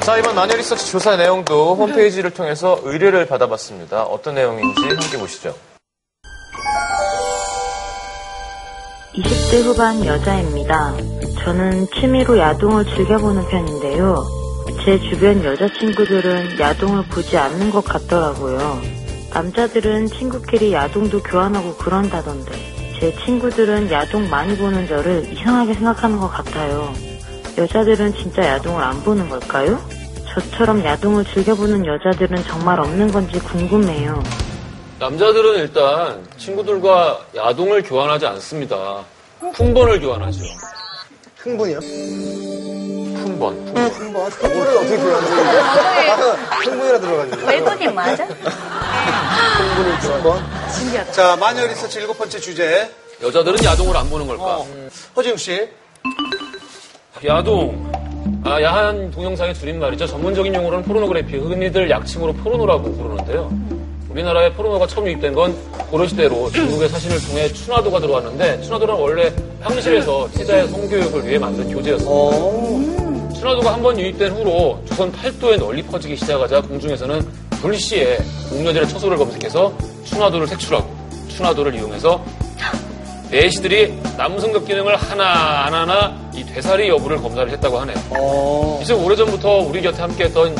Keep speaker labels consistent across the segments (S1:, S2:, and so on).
S1: 자, 이번 마녀 리서치 조사 내용도 홈페이지를 통해서 의뢰를 받아봤습니다. 어떤 내용인지 함께 보시죠.
S2: 20대 후반 여자입니다. 저는 취미로 야동을 즐겨보는 편인데요. 제 주변 여자친구들은 야동을 보지 않는 것 같더라고요. 남자들은 친구끼리 야동도 교환하고 그런다던데, 제 친구들은 야동 많이 보는 저를 이상하게 생각하는 것 같아요. 여자들은 진짜 야동을 안 보는 걸까요? 저처럼 야동을 즐겨보는 여자들은 정말 없는 건지 궁금해요.
S3: 남자들은 일단 친구들과 야동을 교환하지 않습니다. 품번을 교환하죠.
S4: 흥분이요?
S1: 품번, 품번.
S4: 흥분. 흥분을 어떻게 표현하지? 흥분이라 들어가지고.
S5: 외국인 맞아?
S4: 흥분을 한번.
S5: 신기하다.
S6: 자, 마녀 리서치 일곱 번째 주제.
S3: 여자들은 야동을 안 보는 걸까?
S6: 어. 허지웅 씨.
S3: 야동. 아, 야한 동영상의 줄임말이죠. 전문적인 용어로는 포르노그래피, 흔히들 약칭으로 포르노라고 부르는데요. 우리나라에 포르노가 처음 유입된 건 고려시대로 중국의 사신을 통해 춘화도가 들어왔는데 춘화도는 원래 황실에서 태자의 성교육을 위해 만든 교재였습니다. 춘화도가 한 번 유입된 후로 조선 팔도에 널리 퍼지기 시작하자 궁중에서는 불시에 공녀들의 처소를 검색해서 춘화도를 색출하고 춘화도를 이용해서 내시들이 남성적 기능을 하나 안 하나 이 되살이 여부를 검사를 했다고 하네요.
S6: 어,
S7: 어.
S3: 이제 오래전부터 우리 곁에 함께했던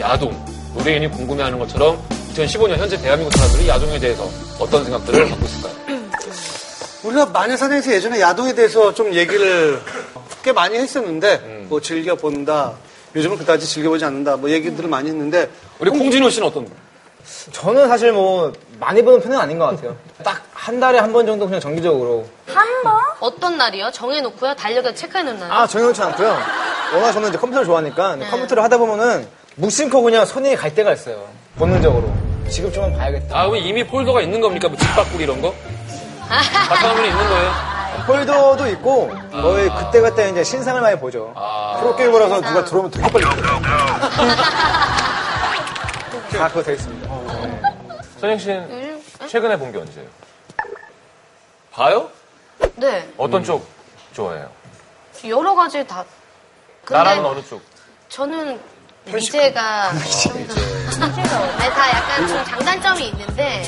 S3: 야동 노래인이 궁금해하는 것처럼 2015년 현재 대한민국 사람들이 야동에 대해서 어떤 생각들을 갖고 있을까요?
S6: 우리가 마녀사냥에서 예전에 야동에 대해서 좀 얘기를 꽤 많이 했었는데, 뭐 즐겨본다. 요즘은 그다지 즐겨보지 않는다. 뭐 얘기들을 많이 했는데,
S3: 우리 콩진호 씨는 어떤 분?
S7: 저는 사실 뭐 많이 보는 편은 아닌 것 같아요. 딱 한 달에 한 번 정도 그냥 정기적으로.
S5: 한 번?
S8: 어떤 날이요? 정해놓고요? 달력에 체크해놓는 날?
S7: 아, 정해놓지 않고요. 워낙 저는 이제 컴퓨터를 좋아하니까 컴퓨터를 하다 보면은 무심코 그냥 손이 갈 때가 있어요. 본능적으로. 지금 좀 봐야겠다.
S3: 아, 그럼 이미 폴더가 있는 겁니까? 뭐 집밥꿀 이런 거? 바탕화면에 있는 거예요?
S7: 폴더도 있고 거의 그때그때 이제 신상을 많이 보죠. 프로게이머라서 누가 들어오면 되게 빨리. 다 그거 돼 있습니다.
S1: 선영 씨는 최근에 본 게 언제예요?
S3: 봐요? 음.
S8: 네.
S1: 어떤 쪽 좋아해요?
S8: 여러 가지 다. 근데
S1: 나라는 어느 쪽?
S8: 저는 미제가. 좀 더- 네, 다 약간 좀 장단점이 있는데.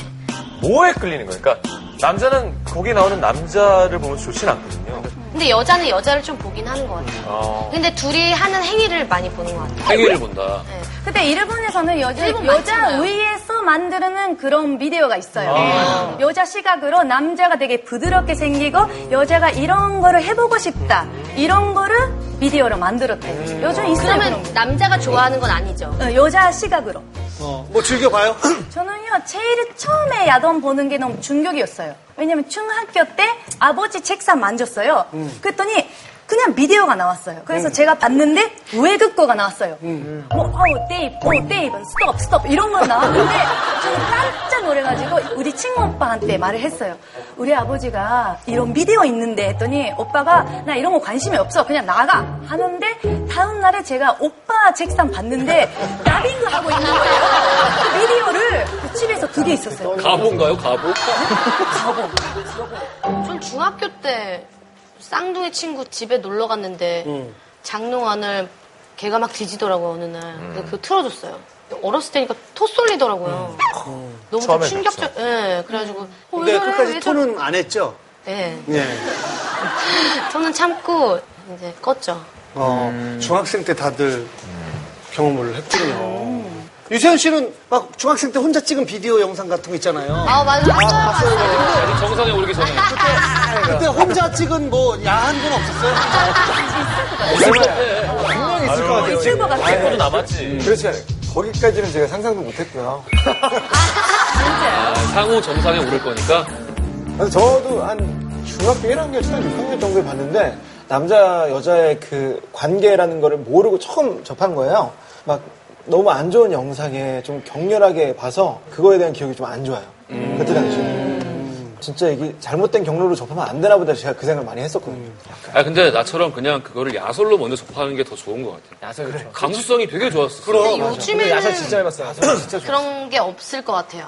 S1: 뭐에 끌리는 거예요? 그러니까 남자는 거기 나오는 남자를 보면 좋진 않거든요.
S8: 근데 여자는 여자를 좀 보긴 하는 것 같아요.
S1: 어.
S8: 근데 둘이 하는 행위를 많이 보는 것 같아요.
S3: 행위를 본다.
S5: 근데 일본에서는 여자,
S8: 일본
S5: 여자
S8: 많잖아요.
S5: 위에서 만드는 그런 비디오가 있어요. 여자 시각으로 남자가 되게 부드럽게 생기고 여자가 이런 거를 해보고 싶다. 이런 거를 비디오로 만들었대요. 요즘 있어요. 그런
S8: 그러면
S5: 거.
S8: 남자가 좋아하는 건 아니죠.
S5: 어, 여자 시각으로.
S6: 어, 뭐 즐겨봐요.
S8: 음.
S5: 저는요, 제일 처음에 야동 보는 게 너무 충격이었어요. 왜냐면 중학교 때 아버지 책상 만졌어요. 그랬더니 그냥 비디오가 나왔어요. 그래서 제가 봤는데 외국 거가 나왔어요. 뭐, 어우, 데이브, 어우, 데이브, 스톱, 스톱, 이런 건 나왔는데 저는 깜짝 놀래가지고 우리 친구 오빠한테 말을 했어요. 우리 아버지가 이런 비디오 있는데 했더니 오빠가 나 이런 거 관심이 없어. 그냥 나가. 하는데 다음날에 제가 오빠 책상 봤는데 나빙그 하고 있는 거예요. 그 비디오를 그 집에서 두 개 있었어요.
S3: 가보인가요, 가보?
S8: 전 중학교 때 쌍둥이 친구 집에 놀러 갔는데 장롱안을 걔가 막 뒤지더라고요, 어느 날.
S7: 음.
S8: 근데 그거 틀어줬어요. 어렸을 때니까 토 쏠리더라고요. 너무 좀
S1: 처음엔
S8: 충격적, 예, 그래가지고.
S7: 음.
S8: 어, 왜
S6: 근데
S8: 저래,
S6: 끝까지
S8: 왜 저래.
S6: 토는 안 했죠?
S8: 예.
S6: 예.
S8: 저는 참고 이제 껐죠.
S6: 어, 중학생 때 다들 경험을
S8: 음.
S6: 했군요. 유세윤 씨는 막 중학생 때 혼자 찍은 비디오 영상 같은 거 있잖아요.
S8: 아 맞아 맞아.
S3: 아직 정상에 오르기 전에.
S6: 그때 네, 혼자 찍은 뭐 야한 건 없었어요?
S7: 분명히 있을 것 같아요.
S5: 유튜버 같은 거.
S1: 도
S6: 음.
S1: 남았지.
S7: 그렇지. 거기까지는 제가 상상도 못했고요.
S3: 아, 상호 정상에 오를 거니까.
S7: 그래서 저도 한 중학교 1학년, 초등학교 6학년 정도에 봤는데 남자 여자의 그 관계라는 거를 모르고 처음 접한 거예요. 막 너무 안 좋은 영상에 좀 격렬하게 봐서 그거에 대한 기억이 좀 안 좋아요. 그때 당시에. 진짜 이게 잘못된 경로로 접하면 안 되나 보다 제가 그 생각을 많이 했었거든요.
S4: 음.
S3: 아, 근데 나처럼 그냥 그거를 야설로 먼저 접하는 게 더 좋은 것 같아요.
S7: 야설 그렇죠.
S3: 감수성이 되게 좋았어.
S8: 근데 네, 요즘에는
S7: 해봤어요. 야설 진짜
S8: 그런 게 없을 것 같아요.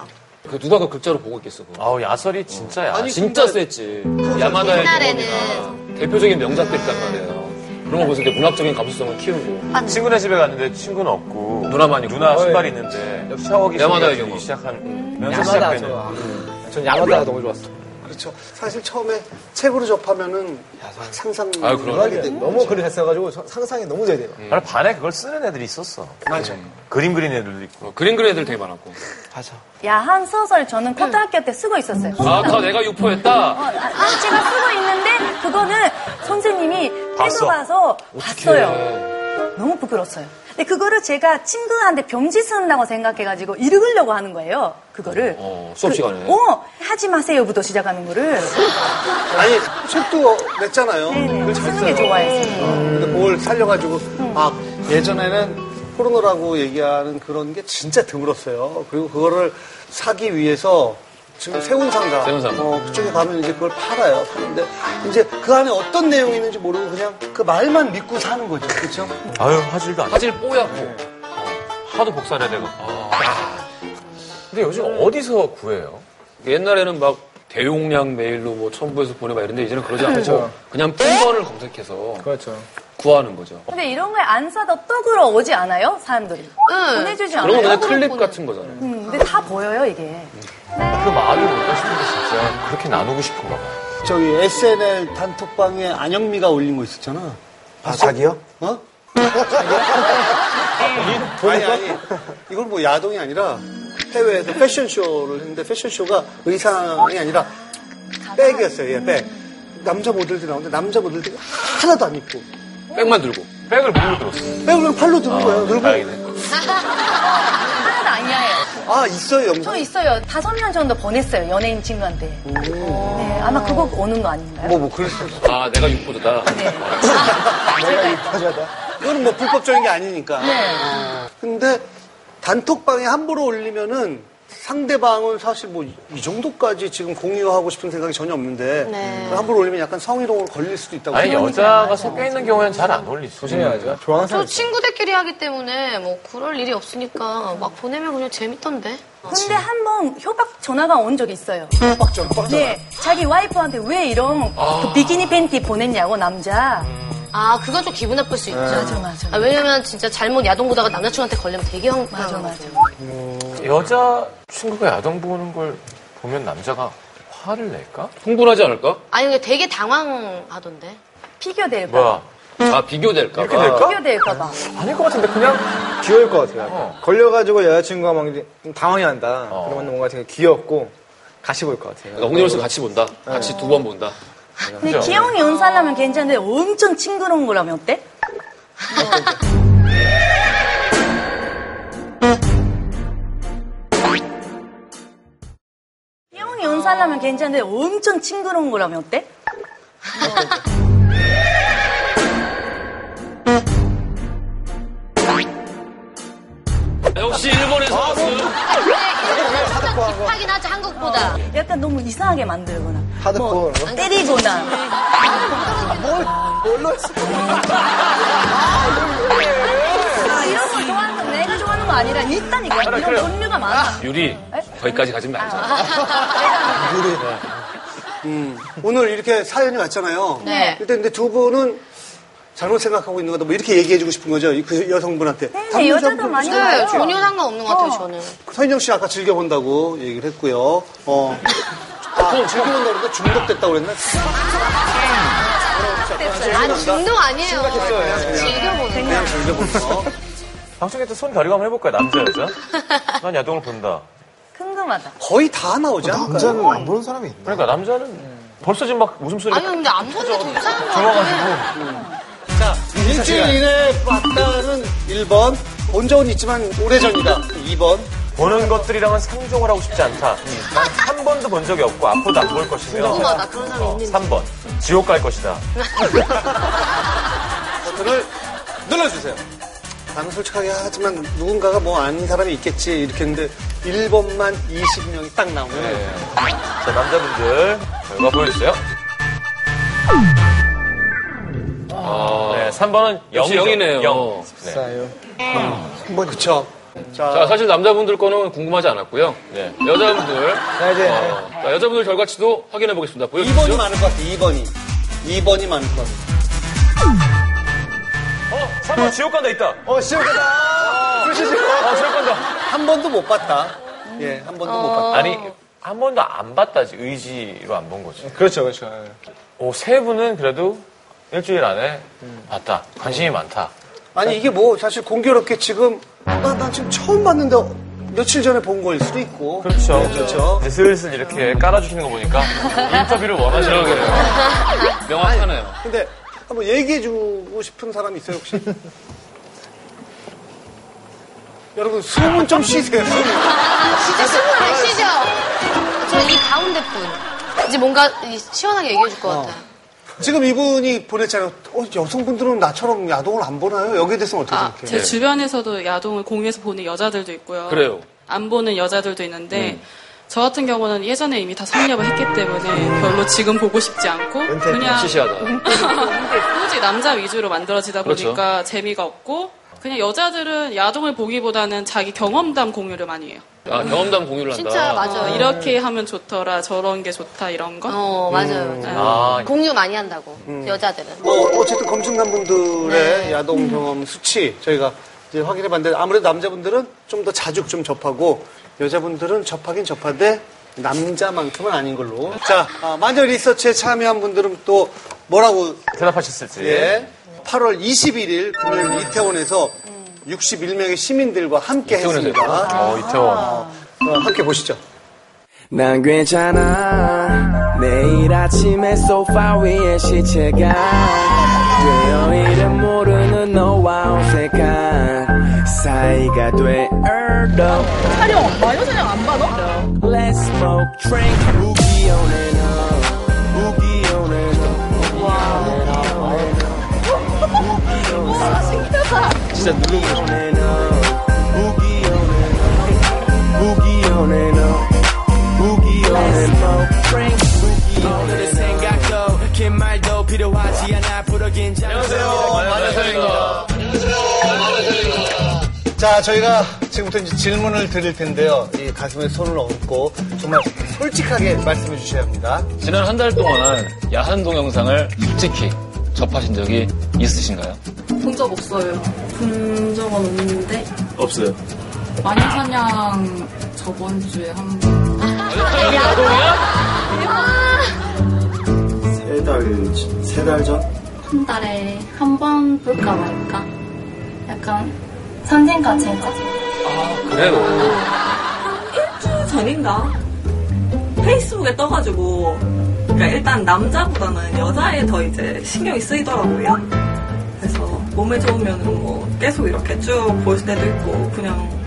S3: 그 누가 그 글자로 보고 있겠어, 그거. 그
S1: 아우, 야설이 진짜 야.
S3: 진짜 쎄지 야마다의
S8: 옛날에는
S3: 경험이나 대표적인 명작들이란 말이에요. 그런 거 보면서 되게 문학적인 감수성을 키우고
S1: 친구네 집에 갔는데 친구는 없고
S3: 누나만 있고.
S1: 누나 신발이 있는데 샤워기 음.
S3: 야마다의
S1: 소리가 들리기
S3: 경우.
S1: 시작하면서
S4: 야마다
S1: 시작되는
S4: 좋아. 전 야마다가 너무 좋았어.
S6: 그렇죠. 사실 처음에 책으로 접하면은 확 상상.
S3: 아유, 그럼.
S4: 문학이 돼. 너무 글을 잘 써가지고 저- 상상이 너무 잘 돼요.
S1: 바로 반에 그걸 쓰는 애들이 있었어. 음.
S6: 맞아.
S1: 그림 그리는 애들도 있고.
S3: 어, 그림 그린 애들 되게 많았고
S5: 야한 소설 저는 초등학교 때 쓰고 있었어요.
S3: 아까 내가
S5: 어,
S3: 유포했다
S5: 아, 아, 제가 쓰고 있는데 그거는 선생님이
S1: 봤어.
S5: 떼서 봐서 봤어요. 너무 부끄러웠어요. 근데 그거를 제가 친구한테 병지 쓴다고 생각해가지고 읽으려고 하는 거예요. 그거를.
S3: 어, 수업 시간에.
S5: 그, 어, 하지 마세요부터 시작하는 거를.
S6: 아니, 책도 냈잖아요.
S5: 네네.
S6: 그걸 잘
S5: 쓰는 게
S6: 써요.
S5: 좋아했어요.
S6: 근데 그걸 살려가지고 막 예전에는 포르노라고 얘기하는 그런 게 진짜 드물었어요. 그리고 그거를 사기 위해서 지금 세운상가,
S3: 세운상가.
S6: 어, 그쪽에 가면 이제 그걸 팔아요. 파는데 이제 그 안에 어떤 내용이 있는지 모르고 그냥 그 말만 믿고 사는 거죠. 그렇죠?
S1: 아유 화질도 안. 나.
S3: 사실 뽀얗고 하도 복사해야 되고 어.
S1: 근데 요즘 어디서 구해요?
S3: 옛날에는 막 대용량 메일로 뭐 첨부해서 보내봐 이런데 이제는 그러지 않고 그냥 핀번을 검색해서
S4: 그렇죠.
S3: 구하는 거죠
S5: 근데 이런 걸 안 사도 떡으로 오지 않아요? 사람들이.
S8: 응.
S5: 보내주지
S3: 그런 건 그냥
S5: 않아요?
S3: 클립 같은 거잖아요
S5: 음, 근데 다 보여요, 이게.
S1: 그 마음이 뭔가 싶은데 진짜 그렇게 나누고 싶은가 봐.
S6: 저기 SNL 단톡방에 안영미가 올린 거 있었잖아.
S7: 아, 자기요?
S6: 어? 아니, 아니. 이건 뭐 야동이 아니라 해외에서 패션쇼를 했는데 패션쇼가 의상이 아니라 백이었어요. 예, 백. 남자 모델들이 나오는데 남자 모델들이 하나도 안 입고
S3: 백만 들고
S1: 백을 물로 들었어.
S6: 백을 팔로 드는 거예요. 그리고
S1: 다행이네.
S5: 하나도 안 야해요.
S6: 아 있어요
S5: 저
S6: 영상.
S5: 있어요. 다섯 명 정도 보냈어요. 연예인 친구한테. 네, 아마 그거 오는 거 아닌가요?
S6: 뭐뭐 그럴 수 있어.
S3: 아 내가 육보드다
S5: 네.
S4: 내가 이뻐져다.
S6: 그거는 뭐 불법적인 게 아니니까. 어.
S5: 네.
S6: 근데 단톡방에 함부로 올리면은 상대방은 사실 뭐 이 정도까지 지금 공유하고 싶은 생각이 전혀 없는데
S8: 네.
S6: 그걸 함부로 올리면 약간 성희롱으로 걸릴 수도 있다고.
S1: 아니 여자가 섞여 있는 경우에는 잘 안 올리지.
S4: 조심해야죠. 좋아하는
S8: 저
S4: 사람.
S8: 친구들끼리 하기 때문에 뭐 그럴 일이 없으니까 막 보내면 그냥 재밌던데.
S5: 근데 한 번 효박 전화가 온 적이 있어요.
S6: 빡전 아.
S5: 네. 자기 와이프한테 왜 이런 그 비키니 팬티 보냈냐고, 남자.
S6: 음.
S8: 아, 그건 좀 기분 나쁠 수 있죠.
S5: 맞아, 맞아.
S8: 아, 왜냐면 진짜 잘못 야동 보다가 남자친구한테 걸리면 되게 황당하죠.
S5: 맞아, 맞아.
S1: 여자 친구가 야동 보는 걸 보면 남자가 화를 낼까?
S3: 흥분하지 않을까?
S8: 아니, 근데 되게 당황하던데.
S5: 피겨될까 봐.
S1: 뭐야?
S3: 아 비교될까 봐
S5: 피겨될까 봐.
S4: 아닐 것 같은데 그냥 귀여울 것 같아요. 약간.
S6: 어.
S4: 걸려가지고 여자친구가 막 이제 당황해 한다. 그러면 뭔가 되게 귀엽고 가시 보일 것 같아요.
S3: 그러니까 홍진호 씨 같이 본다 같이 두 번 본다
S5: 근데 기영이 온 사람은 괜찮은데 엄청 징그러운 거라면 어때? 기영이 온 사람은 괜찮은데 엄청 징그러운 거라면 어때?
S3: 역시 일본에서 왔어요
S8: 근데 딥하긴 하지, 한국보다.
S5: 약간 너무 이상하게 만들거나
S4: 하드코어
S5: 뭐
S4: 그런
S5: 때리거나
S4: 뭘로 했어?
S5: 이런 걸 좋아하는 건 내가 좋아하는 거 아니라 있다니까 이런 종류가 많아
S3: 유리 거기까지 가지 말자
S6: 오늘 이렇게 사연이 왔잖아요.
S8: 네.
S6: 일단 근데 두 분은 잘못 생각하고 있는 거다. 뭐 이렇게 얘기해주고 싶은 거죠. 이그 여성분한테.
S5: 근데 네, 여자도 많이
S8: 네,
S5: 봐요
S8: 전혀 상관없는 것 같아요,
S5: 어.
S8: 저는.
S6: 서인정 씨 아까 즐겨본다고 얘기를 했고요. 어. 아, 즐겨본다고 그러니까 중독됐다고 그랬나?
S8: 아니, 중독 아니에요.
S6: 그냥.
S8: 즐겨보는 거.
S1: 방청객들 손 결이 한번 해볼까요? 남자 여자? 난 야동을 본다.
S5: 궁금하다
S6: 거의 다 나오지 않을까요?
S7: 남자는 안 보는 사람이 있나?
S1: 그러니까 남자는 벌써 지금 막 웃음소리가
S8: 아니, 근데 안 보는 게 더 이상한 거 같아요.
S1: 들어가지고
S6: 일주일 이내 봤다는 1번. 본 적은 있지만 오래전이다. 2번.
S1: 보는 것들이랑은 상종을 하고 싶지 않다. 난 한 번도 본 적이 없고 앞으로도 안 볼 것이며
S8: 궁금하다, 그런 사람 있는지.
S1: 3번 지옥 갈 것이다.
S6: 버튼을 눌러주세요. 나는 솔직하게 하지만 누군가가 뭐 아는 사람이 있겠지 이렇게 했는데 1번만 20명이 딱 나오면
S1: 자 남자분들 결과 보여주세요. 네, 3번은
S3: 역시 0이네요
S1: 0.
S4: 싸요.
S6: 뭐 그쵸.
S3: 자 사실 남자분들 거는 궁금하지 않았고요
S1: 네.
S3: 여자분들
S4: 자, 아, 이제
S3: 어, 자, 여자분들 결과치도 확인해 보겠습니다
S6: 네. 2번이
S3: 보여주시죠
S6: 많을 것 같아. 2번이. 2번이 많을 것 같아.
S1: 어, 지옥 간다 있다.
S9: 어, 시험이다!
S1: 어, 지옥 간다.
S6: 한 번도 못 봤다. 예, 한 번도 못 봤다.
S1: 어. 아니 한 번도 안 봤다지 의지로 안 본 거지.
S9: 그렇죠, 그렇죠. 예.
S1: 오, 세 분은 그래도 일주일 안에 봤다. 관심이 많다.
S6: 아니 이게 뭐 사실 공교롭게 지금 나, 난 지금 처음 봤는데 며칠 전에 본 걸 수도 있고
S1: 그렇죠.
S6: 네, 그렇죠.
S1: 이제 슬슬 이렇게 깔아주시는 거 보니까 인터뷰를 원하시는 거예요.
S3: 명확하네요.
S6: 근데 한번 얘기해주고 싶은 사람 있어요 혹시? 여러분 숨은 좀 쉬세요. 숨은.
S8: 아, 진짜 숨을 안 쉬죠? 저 이 가운데 분. 이제 뭔가 이 시원하게 얘기해 줄 것 같아요.
S6: 지금 이분이 보냈잖아요. 어, 여성분들은 나처럼 야동을 안 보나요? 여기에 대해서는 어떻게
S10: 아,
S6: 생각해요?
S10: 제 주변에서도 야동을 공유해서 보는 여자들도 있고요.
S3: 네. 그래요. 음.
S10: 안 보는 여자들도 있는데 저 같은 경우는 예전에 이미 다 성립을 했기 때문에 별로 지금 보고 싶지 않고
S6: 아.
S10: 그냥
S3: 시시하다.
S10: 오직 남자 위주로 만들어지다
S3: 그렇죠.
S10: 보니까 재미가 없고 그냥 여자들은 야동을 보기보다는 자기 경험담 공유를 많이 해요.
S3: 아, 경험담 공유를 한다.
S8: 진짜
S10: 어,
S8: 맞아요.
S10: 이렇게 하면 좋더라, 저런 게 좋다 이런 거.
S8: 어, 맞아요.
S1: 아,
S8: 공유 많이 한다고, 여자들은.
S6: 뭐 어쨌든 검증단 분들의 야동 경험 수치 저희가 이제 확인해 봤는데 아무래도 남자분들은 좀 더 자주 좀 접하고 여자분들은 접하긴 접하되 남자만큼은 아닌 걸로. 자, 아, 마녀 리서치에 참여한 분들은 또 뭐라고
S1: 대답하셨을지.
S6: 예. 8월 21일 금요일 이태원에서 61명의 시민들과 함께 했습니다.
S1: 어, 이태원.
S6: 어, 함께 보시죠.
S7: 난 괜찮아 내일 아침에 소파 위에 시체가 되어 이름 모르는 너와 어색한 사이가 되어도
S5: 촬영, 마녀 촬영 안 받아?
S7: Let's smoke drink 우기 on and on 우기 on and on
S5: 와, 신기하다.
S7: on and on 우기 on and on 우기 on and on 우기 on and on 우기 on and on 생각도 긴 말도 필요하지 않아 부러긴
S6: 자, 저희가 지금부터 이제 질문을 드릴 텐데요. 이 가슴에 손을 얹고 정말 솔직하게 말씀해 주셔야 합니다.
S3: 지난 한 달 동안 야한 동영상을 솔직히 접하신 적이 있으신가요?
S10: 본 적 없어요. 본 적은 없는데
S3: 없어요.
S10: 마녀 사냥 저번 주에 한 번.
S3: 야동이야?
S5: 한 달에 한 번 볼까 말까. 약간 선생까지인가?
S3: 그래요.
S5: 전인가? 페이스북에 떠가지고, 그러니까 일단 남자보다는 여자에 더 이제 신경이 쓰이더라고요. 그래서 몸에 좋으면 뭐 계속 이렇게 쭉 볼 때도 있고, 그냥.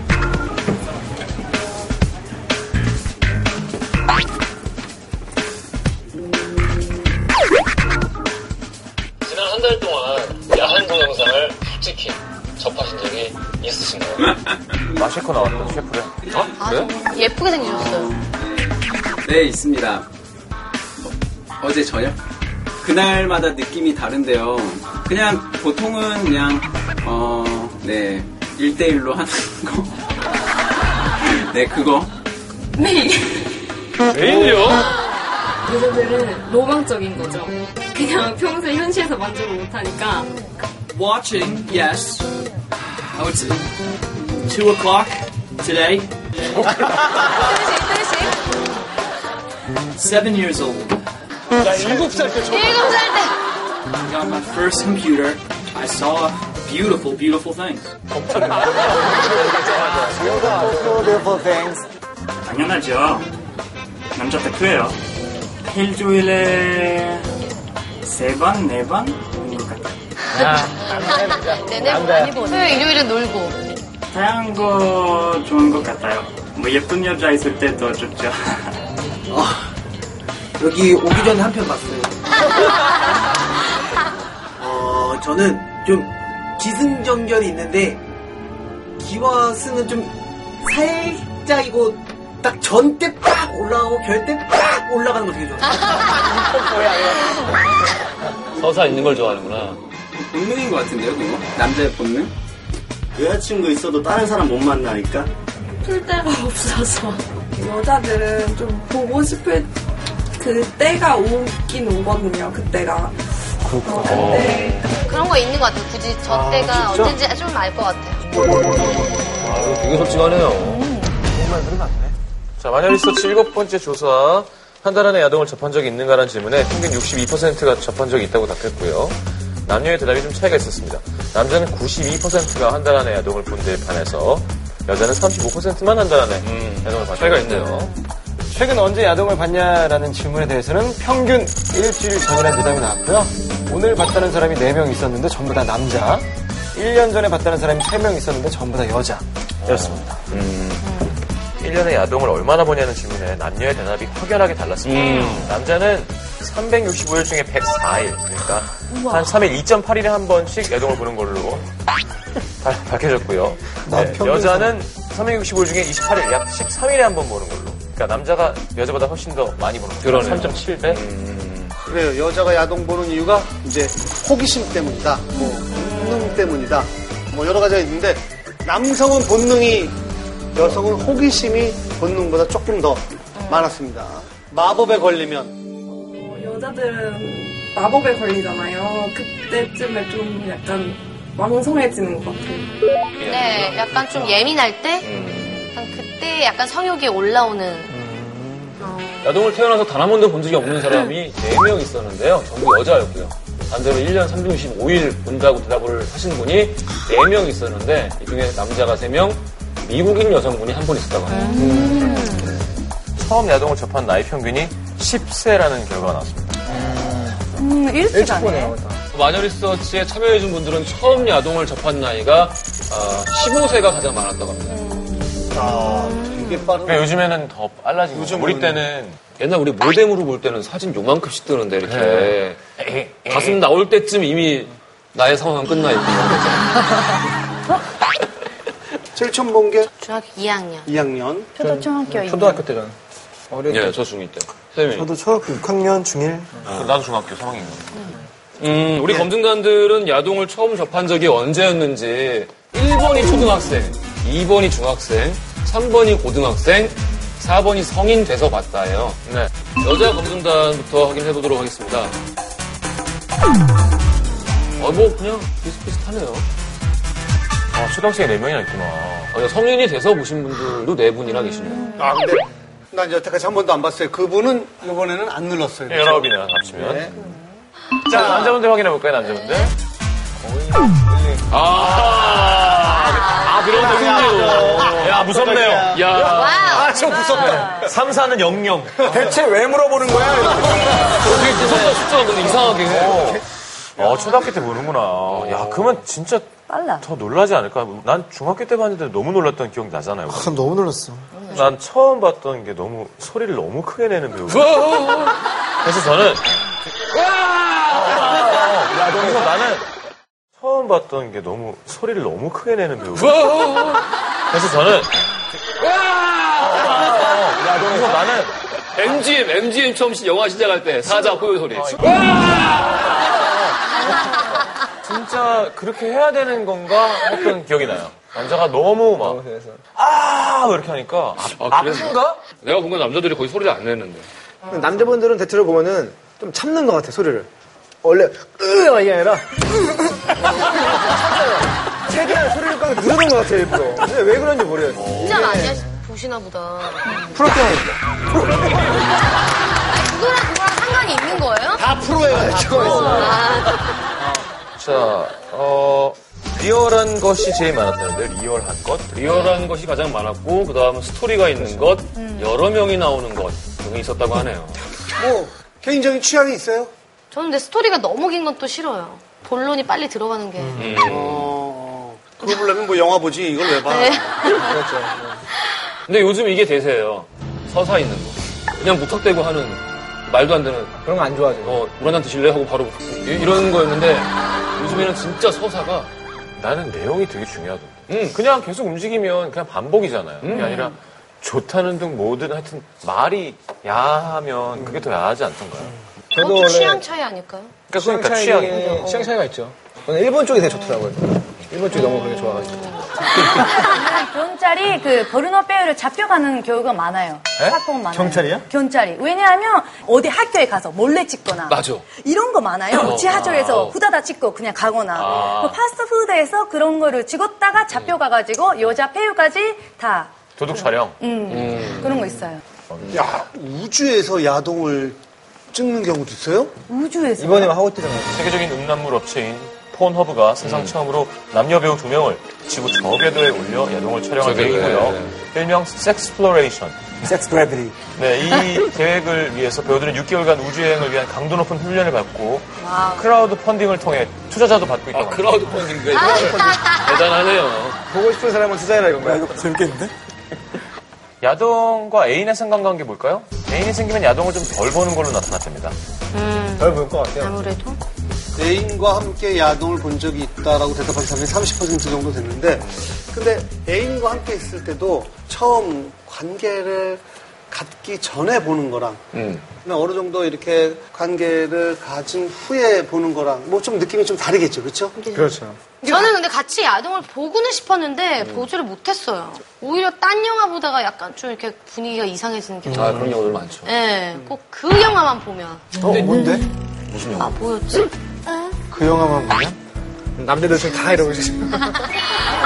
S3: 지난 한 달 동안 야한 동영상을 솔직히 접하신 적이 있으신가요?
S1: 마셰코 나왔던 셰프래.
S8: 아, 정말 예쁘게 생기셨어요.
S7: 네, 있습니다. 어, 어제 저녁? 그날마다 느낌이 다른데요. 그냥 보통은 그냥 어, 네. 1대1로 하는 거. 네, 그거.
S10: 네.
S3: 왜일요?
S10: 여자들은 로망적인 거죠. 그냥 평소에 현실에서 만족을 못하니까
S7: Watching, yes. I would say 2 o'clock today. 7 years old.
S8: 일곱 살 때!
S7: I got my first computer. I saw beautiful, beautiful things.
S5: 당연하죠. 남자 대표예요. 일주일에 세 번, 네 번? 보는 것 같아요.
S8: 내내 많이 보네. 토요일, 일요일은 놀고.
S5: 다양한 거 좋은 것 같아요. 뭐 예쁜 여자 있을 때 더 좋죠.
S7: 여기 오기 전에 한 편 봤어요. 어, 저는 좀 기승전결이 있는데 기와 승은 좀 살짝이고 딱 전 때 빡 올라오고 결 때 빡 올라가는 거 되게 좋아해요.
S3: 서사 있는 걸 좋아하는구나.
S7: 본능인 것 같은데요, 그거? 남자의 본능?
S6: 여자친구 있어도 다른 사람 못 만나니까
S10: 풀 데가 없어서.
S5: 여자들은 좀 보고 싶을 그 때가 오긴 오거든요. 그때가.
S7: 그렇구나.
S8: 그런 거 있는 것 같아요. 굳이 저
S7: 아,
S8: 때가
S7: 진짜?
S8: 언젠지 좀 알 것 같아요.
S1: 아, 이거 되게 솔직하네요. 정말 들이 많네. 자, 마녀리서치 일곱 번째 조사. 한 달 안에 야동을 접한 적이 있는가라는 질문에 평균 62%가 접한 적이 있다고 답했고요. 남녀의 대답이 좀 차이가 있었습니다. 남자는 92%가 한 달 안에 야동을 본 데 반해서 여자는 35%만 한 달 안에 야동을 봤다.
S7: 음, 차이가 최근 언제 야동을 봤냐라는 질문에 대해서는 평균 일주일 전이라는 대답이 나왔고요. 오늘 봤다는 사람이 4명 있었는데 전부 다 남자. 1년 전에 봤다는 사람이 3명 있었는데 전부 다 여자였습니다.
S1: 음. 1년에 야동을 얼마나 보냐는 질문에 남녀의 대답이 확연하게 달랐습니다.
S3: 음.
S1: 남자는 365일 중에 104일, 그러니까
S3: 우와.
S1: 한 3일, 2.8일에 한 번씩 야동을 보는 걸로 바- 밝혀졌고요. 네,
S3: 평균
S1: 여자는 365일 중에 28일, 약 13일에 한 번 보는 걸로. 그러니까 남자가 여자보다 훨씬 더 많이 보는 거죠.
S3: 그러네요.
S1: 3.7배?
S6: 그래요. 여자가 야동 보는 이유가 이제 호기심 때문이다. 뭐 본능 때문이다. 뭐 여러 가지가 있는데 남성은 본능이 여성은 호기심이 본능보다 조금 더 많았습니다. 마법에 걸리면
S11: 여자들은 마법에 걸리잖아요. 그때쯤에 좀 약간 왕성해지는 것 같아요.
S8: 네, 약간 좀 예민할 때, 약간 그때 약간 성욕이 올라오는.
S3: 야동을 태어나서 단 한 번도 본 적이 없는 사람이 4명 있었는데요. 전부 여자였고요. 반대로 1년 365일 본다고 대답을 하신 분이 4명 있었는데 이 중에 남자가 3명, 미국인 여성분이 한 분 있었다고 합니다.
S1: 처음 야동을 접한 나이 평균이 10세라는 결과가 나왔습니다.
S11: 음, 일찍 안 해요.
S3: 네. 마녀리서치에 참여해준 분들은 처음 야동을 접한 나이가 아, 15세가 가장 많았다고 합니다.
S6: 이게 빠른.
S1: 그러니까 요즘에는 더 빨라진 거죠. 우리 때는
S3: 옛날 우리 모뎀으로 볼 때는 사진 요만큼씩 뜨는데 이렇게
S1: 네.
S3: 가슴 나올 때쯤 이미 나의 상황은 끝나 있군요.
S6: 제일 처음 본 게
S8: 중학교 2학년.
S6: 2학년.
S5: 저도 초등학교
S4: 초등학교 때전 어릴
S3: 예, 저 중2 때. 선생님.
S7: 저도 초등학교 6학년 중1.
S1: 나도 중학교 3학년.
S3: 음, 우리 검증단들은 야동을 처음 접한 적이 언제였는지 1번이 초등학생, 2번이 중학생, 3번이 고등학생, 4번이 성인 돼서 봤다예요. 네. 여자 검증단부터 확인해 보도록 하겠습니다. 어, 뭐 그냥 비슷비슷하네요.
S1: 아, 초등학생이 4명이나 있구나.
S3: 어, 성인이 돼서 보신 분들도 4분이나 계시네요.
S6: 아 근데 난 여태까지 한 번도 안 봤어요. 그분은 이번에는 안 눌렀어요. 그죠?
S1: 19이나 합치면.
S6: 네.
S1: 자, 남자분들 확인해 볼까요, 남자분들?
S3: 아, 아 그런 적이네요.
S1: 야, 무섭네요.
S3: 야,
S6: 아, 저 무섭다.
S1: 3, 4는 0, 0.
S7: 대체 왜 물어보는 거야?
S3: 되게 무섭다 싶더라, 근데 이상하게.
S1: 어, 초등학교 때 보는구나. 야, 그러면 진짜
S5: 빨라.
S1: 더 놀라지 않을까? 난 중학교 때 봤는데 너무 놀랐던 기억이 나잖아요.
S7: 너무 놀랐어.
S1: 난 처음 봤던 게 너무, 소리를 너무 크게 내는 배우. 그래서 저는. 그래서 나는 처음 봤던 게 너무, 소리를 너무 크게 내는 배우. 그래서 저는. 그래서 나는.
S3: MGM, MGM 처음 시- 영화 시작할 때 사자 호요 소리.
S1: 진짜 그렇게 해야 되는 건가 했던 기억이 나요. 남자가 너무 막, 아! 이렇게 하니까, 아,
S3: 어, 그래서-
S1: 아픈가?
S3: 내가 본 건 남자들이 거의 소리를 안 내는데.
S4: 남자분들은 대체로 보면은 좀 참는 것 같아 소리를. 원래 으아 이게 아니라 참아요. 최대한 소리를 꺼서 누르는 것 같아 일부러. 근데 왜 그런지 모르겠어.
S8: 진짜 많이 하시- 네. 보시나 보다.
S4: 프로 때문에.
S8: 아니, 그거랑 그거랑 상관이 있는 거예요?
S6: 다 프로예요. 다 프로.
S1: 자, 어, 리얼한 것이 제일 많았다는데, 리얼한 것?
S3: 리얼한 것이 가장 많았고, 그 다음 스토리가 있는 것, 여러 명이 나오는 것 등이 있었다고 하네요.
S6: 뭐 개인적인 취향이 있어요?
S8: 저는 근데 스토리가 너무 긴 건 또 싫어요. 본론이 빨리 들어가는 게.
S6: 어, 그걸 보려면 뭐 영화 보지 이걸 왜 봐?
S8: 네.
S3: 근데 요즘 이게 대세예요. 서사 있는 거. 그냥 무턱대고 하는, 말도 안 되는,
S4: 그런 거 안 좋아하죠.
S3: 어, 물한잔 드실래? 하고 바로 이- 이런 거였는데, 요즘에는 진짜 서사가,
S1: 나는 내용이 되게 중요하던데. 음.
S3: 음.
S1: 그냥 계속 움직이면 그냥 반복이잖아요. 그게 아니라, 좋다는 등 뭐든 하여튼, 말이 야하면 그게 더 야하지 않던가요?
S4: 저도
S8: 그것도 취향 차이 아닐까요?
S1: 음. 그러니까, 그러니까
S4: 취향
S1: 취향이.
S4: 차이가- 취향 차이가 있죠. 저는 일본 쪽이 되게 좋더라고요. 일본 쪽이 너무 그게 좋아가지고.
S5: 견짜리 그 버르너 빼요를 잡혀가는 경우가 많아요.
S4: 에?
S5: 사건 많아요.
S4: 경찰이요?
S5: 견짜리. 왜냐하면 어디 학교에 가서 몰래 찍거나
S4: 맞아.
S5: 이런 거
S4: 어.
S5: 많아요. 지하철에서
S4: 아.
S5: 후다다 찍고 그냥 가거나
S4: 아.
S5: 뭐 파스트푸드에서 그런 거를 찍었다가 잡혀가가지고 여자 빼요까지 다
S1: 도둑 촬영.
S5: 음, 그런 거 있어요.
S6: 야, 우주에서 야동을 찍는 경우도 있어요?
S5: 우주에서?
S4: 하고 뜨잖아요.
S1: 세계적인 음란물 업체인 폰허브가 세상 처음으로 남녀 배우 두 명을 지구 저궤도에 올려 야동을 촬영한
S3: 저궤도에,
S1: 계획이고요. 일명 섹스플로레이션.
S12: 섹스그래비티.
S1: 네, 이 계획을 위해서 배우들은 6개월간 우주여행을 위한 강도 높은 훈련을 받고
S5: 와우.
S1: 크라우드 펀딩을 통해 투자자도 받고
S3: 아,
S1: 있다고 합니다. 크라우드 펀딩 대단하네요.
S4: 보고 싶은 사람을 투자해라 이건가요?
S12: 재밌겠는데?
S1: 야동과 애인의 상관관계 뭘까요? 애인이 생기면 야동을 좀 덜 보는 걸로 나타났답니다.
S8: 음,
S4: 덜 볼 것 같아요.
S8: 아무래도.
S6: 애인과 함께 야동을 본 적이 있다라고 대답한 사람이 30% 정도 됐는데, 근데 애인과 함께 있을 때도 처음 관계를 갖기 전에 보는 거랑, 그다음에 어느 정도 이렇게 관계를 가진 후에 보는 거랑, 뭐 좀 느낌이 좀 다르겠죠, 그렇죠?
S4: 그렇죠.
S8: 저는 근데 같이 야동을 보고는 싶었는데 보지를 못했어요. 오히려 딴 영화 보다가 약간 좀 이렇게 분위기가 이상해지는 경우.
S3: 아, 그런 경우들 많죠.
S8: 예, 꼭 그 영화만 보면.
S4: 어, 뭔데?
S3: 무슨
S8: 아, 뭐였지?
S4: 그 영화만 보면? 남자들 지금 다 이러고 계시죠.
S8: 아,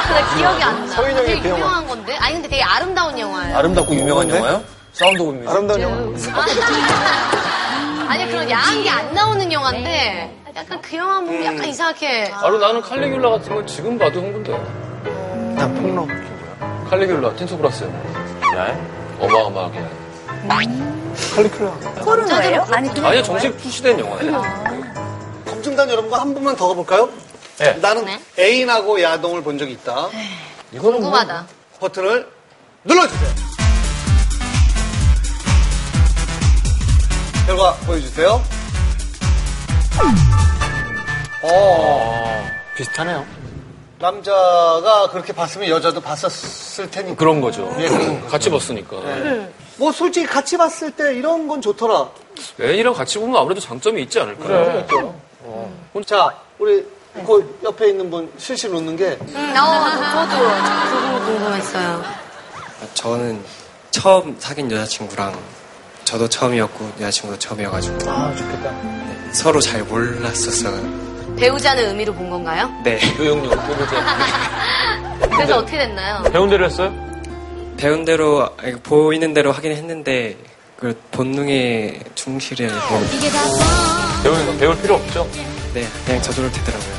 S8: 근데 기억이 안 나.
S4: 서인영의
S8: 되게
S4: 그 영화.
S8: 유명한 건데? 아니, 근데 되게 아름다운 영화예요.
S12: 아름답고 유명한 영화요? 사운드 오브 뮤직.
S4: 아름다운 영화.
S8: 아니, 그런 야한 게 안 나오는 영화인데 약간 그 영화 보면 약간 이상하게.
S3: 바로 나는 칼리귤라 같은 걸 지금 봐도 흥분돼. 난 폭로. 칼리귤라, 틴토브라스.
S1: 네,
S3: 어마어마하게.
S4: 칼리큘라.
S5: 포르노예요? 아니 그냥
S3: 아니요, 정식 출시된 영화예요.
S6: 검증단 여러분과 한 번만 더 가볼까요?
S1: 네.
S6: 나는 애인하고 야동을 본 적이 있다.
S3: 이거는
S8: 궁금하다.
S6: 버튼을 눌러주세요. 결과 보여주세요. 어.
S12: 비슷하네요.
S6: 남자가 그렇게 봤으면 여자도 봤었을 테니까.
S3: 그런 거죠.
S6: 예, 그런 거죠.
S3: 같이 봤으니까.
S6: 네. 뭐 솔직히 같이 봤을 때 이런 건 좋더라.
S3: 애인이랑 같이 보면 아무래도 장점이 있지 않을까요?
S6: 자, 우리 그 옆에 있는 분 실실 웃는 게
S8: 음, 어, 저도 그거 궁금했어요.
S12: 저는 처음 사귄 여자친구랑 저도 처음이었고 여자친구도 처음이어가지고
S4: 아 좋겠다.
S12: 서로 잘 몰랐었어요.
S8: 배우자는 의미로 본 건가요?
S12: 네.
S1: 교육용 교육용.
S8: 그래서 어떻게 됐나요?
S1: 배운 대로 했어요?
S12: 배운 대로 아니, 보이는 대로 하긴 했는데 그 본능에 충실해.
S8: 이게 다
S1: 배울, 배울 필요 없죠.
S12: 네, 그냥 저절로 되더라고요.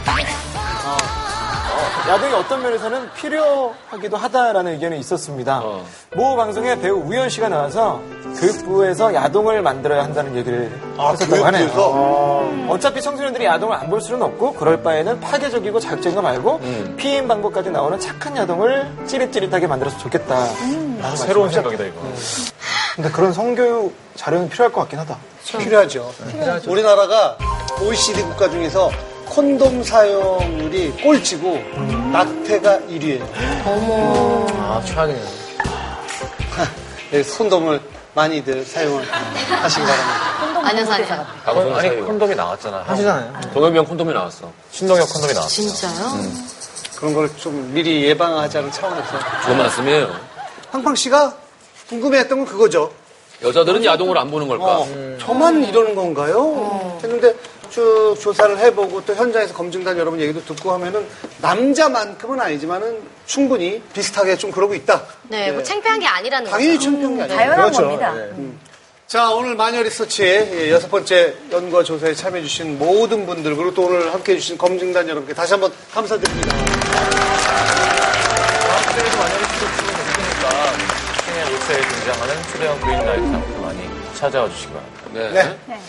S7: 야동이 어떤 면에서는 필요하기도 하다라는 의견이 있었습니다.
S6: 어.
S7: 모 방송에 배우 우현 씨가 나와서 교육부에서 야동을 만들어야 한다는 얘기를 했었다고 하네요.
S6: 아, 교육부에서? 아.
S7: 어, 어차피 청소년들이 야동을 안 볼 수는 없고 그럴 바에는 파괴적이고 자극적인 거 말고
S6: 음.
S7: 피임 방법까지 나오는 착한 야동을 찌릿찌릿하게 만들어서 좋겠다.
S6: 음.
S7: 라고
S1: 새로운
S7: 말씀하셨-
S1: 생각이다, 이거.
S7: 근데 그런 성교육 자료는 필요할 것 같긴 하다.
S6: 그렇죠. 필요하죠. 우리나라가 OECD 국가 중에서 콘돔 사용률이 꼴찌고 낙태가 1위예요. 어머. 아, 최악이네요. 콘돔을 예, 많이들 사용을 하시기 바랍니다.
S8: 안녕하세요.
S1: 방송 아니, 콘돔이 나왔잖아.
S6: 하시잖아요.
S3: 동엽이 형 콘돔이 나왔어.
S1: 신동엽 콘돔이 나왔어.
S8: 진짜요?
S6: 그런 걸 좀 미리 예방하자는 차원에서.
S3: 좋은 말씀이에요.
S6: 황팡 씨가 궁금해했던 건 그거죠.
S3: 여자들은 야동을 안 보는 걸까?
S6: 어, 저만 이러는 건가요? 했는데 쭉 조사를 해보고 또 현장에서 검증단 여러분 얘기도 듣고 하면은 남자만큼은 아니지만은 충분히 비슷하게 좀 그러고 있다.
S8: 네, 뭐
S6: 예.
S8: 창피한 게 아니라는 거죠.
S6: 당연히 충격이 아니에요.
S5: 그렇죠.
S4: 그렇죠.
S6: 음. 자, 오늘 마녀 리서치 예, 여섯 번째 연구와 조사에 참여해주신 모든 분들, 그리고 또 오늘 함께해주신 검증단 여러분께 다시 한번 감사드립니다.
S1: 아, 생의 옷에 등장하는 초대형 그린라이트 상품 많이 찾아와 주시기 바랍니다.
S3: 네.
S6: 네.